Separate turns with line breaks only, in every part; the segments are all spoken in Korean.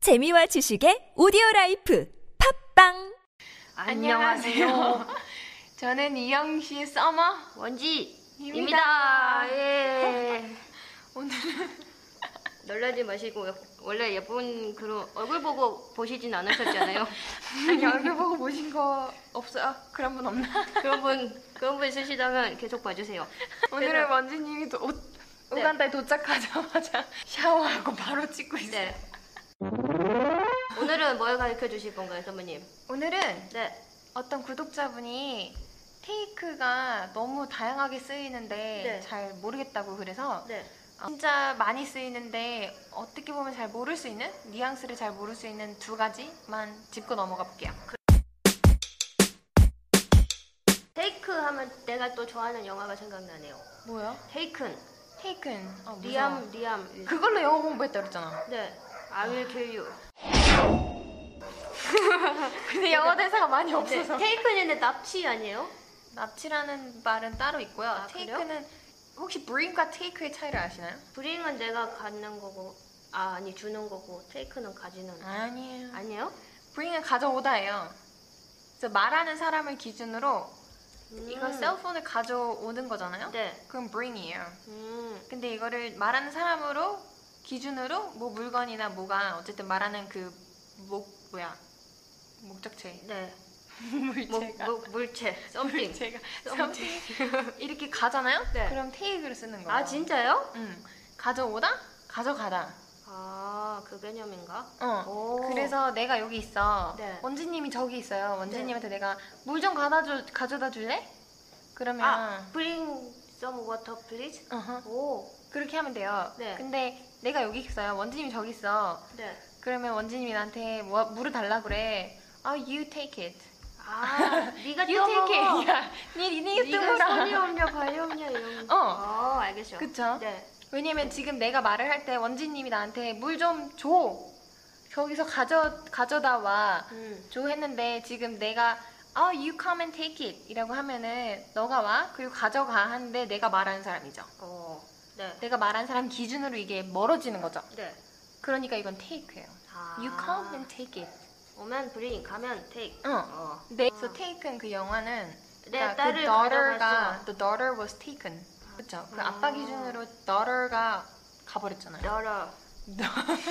재미와 지식의 오디오 라이프 팝빵
안녕하세요. 저는 이영 씨의 써머.
원지입니다. 예.
오늘은
놀라지 마시고 원래 예쁜 그런 얼굴 보고 보시진 않으셨잖아요.
아니 얼굴 보고 보신 거 없어요? 그런 분 없나?
그런 분 그런 분 있으시다면 계속 봐주세요.
오늘은 원지님이 도, 옷,
네.
우간다에 도착하자마자 샤워하고 바로 찍고 있어요.
네. 오늘은 뭘 가르쳐 주실 건가요, 선배님?
오늘은
네.
어떤 구독자분이 테이크가 너무 다양하게 쓰이는데
네.
잘 모르겠다고 그래서
네.
어, 진짜 많이 쓰이는데 어떻게 보면 잘 모를 수 있는 뉘앙스를 잘 모를 수 있는 두 가지만 짚고 넘어가 볼게요. 그,
테이크 하면 내가 또 좋아하는 영화가 생각나네요.
뭐야?
테이큰.
테이큰. 어,
리암 리암.
그걸로 영어 공부했다 그랬잖아.
네. I will kill you.
근데 영어 대사가 많이
네.
없어서.
테이큰인데 납치 아니에요?
납치라는 말은 따로 있고요.
아,
테이크는 혹시 브링과 테이크의 차이를 아시나요?
브링은 내가 갖는 거고 아 아니 주는 거고 테이크는 가지는
아니에요.
아니에요?
브링은 가져오다예요. 그래서 말하는 사람을 기준으로 이거
음.
셀폰을 가져오는 거잖아요.
네.
그럼 브링이에요.
음.
근데 이거를 말하는 사람으로 기준으로 뭐 물건이나 뭐가 어쨌든 말하는 그 목 뭐야 목적체
네. 목,
물체가
목, 물체. 썸띵.
제가
썸띵.
이렇게 가잖아요?
네.
그럼 테이크를 쓰는 거예요.
아 진짜요?
응. 가져오다? 가져가다.
아 그 개념인가?
어.
오.
그래서 내가 여기 있어.
네.
원진님이 저기 있어요. 원진님한테 내가 물 좀 가다 줘, 가져다 줄래? 그러면
아 bring some water please.
어허.
오.
그렇게 하면 돼요.
네.
근데 내가 여기 있어요. 원진님이 저기 있어.
네.
그러면 원진님이 나한테 뭐, 물을 달라 그래. 아, you take it.
아 네가
you take it.
떠먹어.
야, 니, 니, 니
네가 손이
뜨거라.
없냐 발이 없냐 이런.
어.
어 알겠죠.
그쵸?
네.
왜냐면 지금 내가 말을 할 때 원진님이 나한테 물 좀 줘. 거기서 가져, 가져다 와.
음.
줘 했는데 지금 내가 아, you come and take it 이라고 하면은 너가 와 그리고 가져가 하는데 내가 말하는 사람이죠.
어. 네.
내가 말한 사람 기준으로 이게 멀어지는 거죠.
네.
그러니까 이건 take예요.
아.
you come and take it.
오면 bring 가면 take.
어.
어.
네. 그래서 take은 그 영화는
내
그러니까
네, 딸을
그 daughter가 the daughter was taken. 그렇죠. 그 아빠
아.
기준으로 daughter가 가버렸잖아요.
떨어.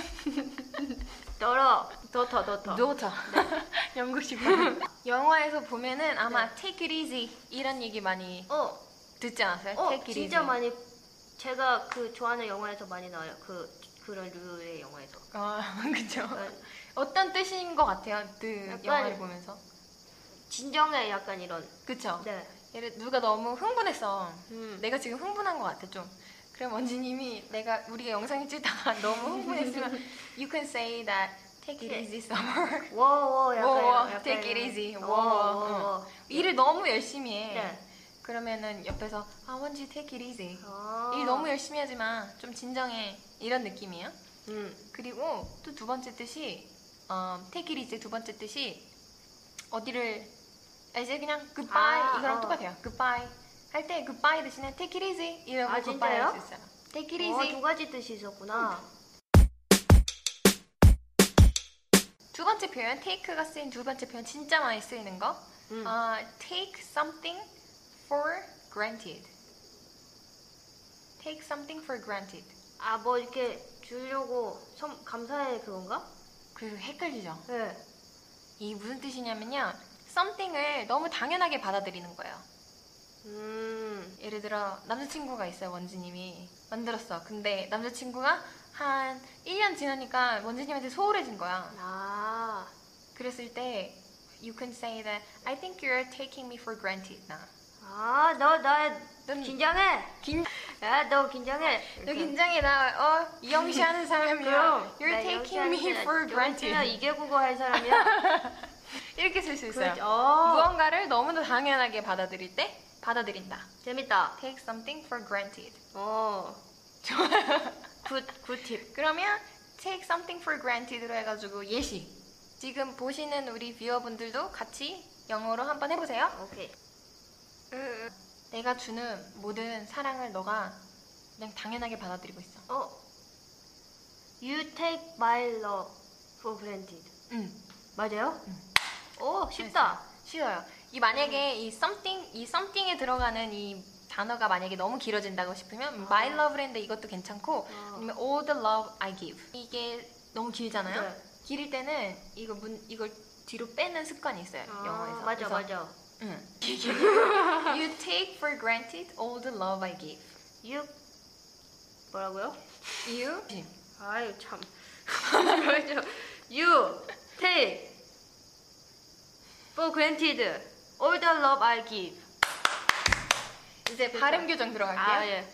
떨어. 네. 더터 더터.
daughter. 영국식 말. 영화에서 보면은 아마
네.
take it easy 이런 얘기 많이
어.
듣지 않았어요?
어,
take it
진짜
easy.
많이 제가 그 좋아하는 영화에서 많이 나와요. 그 그런 류의 영화에서.
아, 그죠.
약간
어떤 뜻인 것 같아요? 그
약간-
영화를 보면서.
진정의 약간 이런.
그쵸?
네.
예를 누가 너무 흥분했어.
음.
내가 지금 흥분한 것 같아, 좀. 그럼 원지님이 내가 우리가 영상이 찍다가 너무 흥분했으면 You can say that take it easy
네.
summer.
워워 약간
워워,
이런- 약간
take it
이런.
easy.
어,
워워,
워워.
일을 너무 열심히 해.
네.
그러면은 옆에서 아 원지 take it easy.
아.
일 너무 열심히 하지 마. 좀 진정해. 이런 느낌이에요.
음.
그리고 또 두 번째 뜻이 어, take it easy 두 번째 뜻이 어디를 아, 이제 그냥 goodbye
아,
이거랑
어.
똑같아요. goodbye 할 때 goodbye 대신에 take it easy 이라고
아,
goodbye 할 수
진짜요?
있어요.
take
it easy.
어, 두 가지 뜻이 있었구나.
두 번째 표현 take가 쓰인 두 번째 표현 진짜 많이 쓰이는 거
음.
아, take something for granted. take something for granted.
아, 뭐 이렇게 주려고 섬, 감사해 그건가?
그 헷갈리죠?
네.
이 무슨 뜻이냐면요. something을 너무 당연하게 받아들이는 거예요.
음.
예를 들어 남자친구가 있어요 원진님이 만들었어 근데 남자친구가 한 1년 지나니까 원진님한테 소홀해진 거야
아.
그랬을 때 You can say that I think you're taking me for granted 나
아, 너, 나,
넌-
긴장해!
긴-
야, 너 긴장해!
너 긴장해 나 어, 이영시 하는 사람이야 You're
그러니까 나
taking me
여기한테
for
여기한테는
granted
이게 국어 할 사람이야?
이렇게 쓸 수 있어요
그렇지. 어.
무언가를 너무나 당연하게 받아들일 때 받아들인다
재밌다.
Take something for granted
어.
좋아요
굿, 굿팁.
그러면 take something for granted로 해가지고 예시. 지금 보시는 우리 뷰어분들도 같이 영어로 한번 해보세요.
오케이.
내가 주는 모든 사랑을 너가 그냥 당연하게 받아들이고 있어.
어. You take my love. for granted.
음,
맞아요? 오 쉽다.
쉬워요.
음.
이 만약에 이 something 이 something에 들어가는 이 단어가 만약에 너무 길어진다고 싶으면 my love 랜드 이것도 괜찮고
아.
아니면 all the love I give 이게 너무 길잖아요.
네.
길일 때는 이거 문 이걸 뒤로 빼는 습관이 있어요
아,
영어에서.
맞아
그래서,
맞아.
응. you take for granted all the love I give.
You 뭐라고요?
You
아유 참. 뭐죠? you take for granted all the love I give. 그러니까.
이제 발음 교정 들어갈게요.
아 예.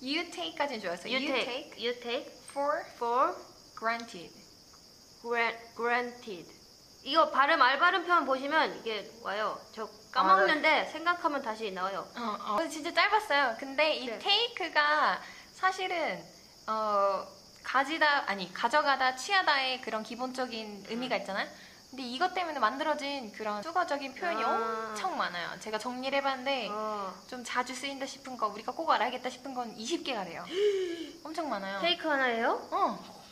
You take까지 좋았어요.
You, take, you take
for
for
granted.
gran- granted. 이거 발음 알바름 편 보시면 이게 와요. 저
아, 네.
까먹는데 생각하면 다시 나와요.
어, 어. 그래서 진짜 짧았어요. 근데 이
네.
테이크가 사실은 어, 가지다 아니 가져가다 취하다의 그런 기본적인 의미가 있잖아요. 근데 이것 때문에 만들어진 그런 수거적인 표현이
아.
엄청 많아요. 제가 정리를 해봤는데
어.
좀 자주 쓰인다 싶은 거 우리가 꼭 알아야겠다 싶은 건 20개가 돼요. 엄청 많아요.
테이크 하나예요?
어.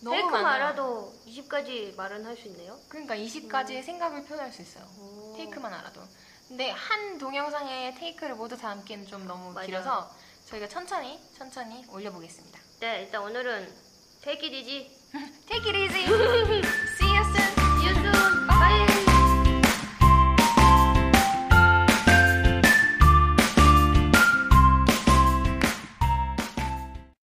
너무
테이크
많아요.
말아도 20까지 말은 할 수 있네요.
그러니까 20가지의 생각을 표현할 수 있어요.
오.
테이크만 알아도. 근데 한 동영상에 테이크를 모두 담기는 좀 너무
맞아요.
길어서 저희가 천천히 천천히 올려보겠습니다.
네, 일단 오늘은 take it easy.
Take it easy.
아!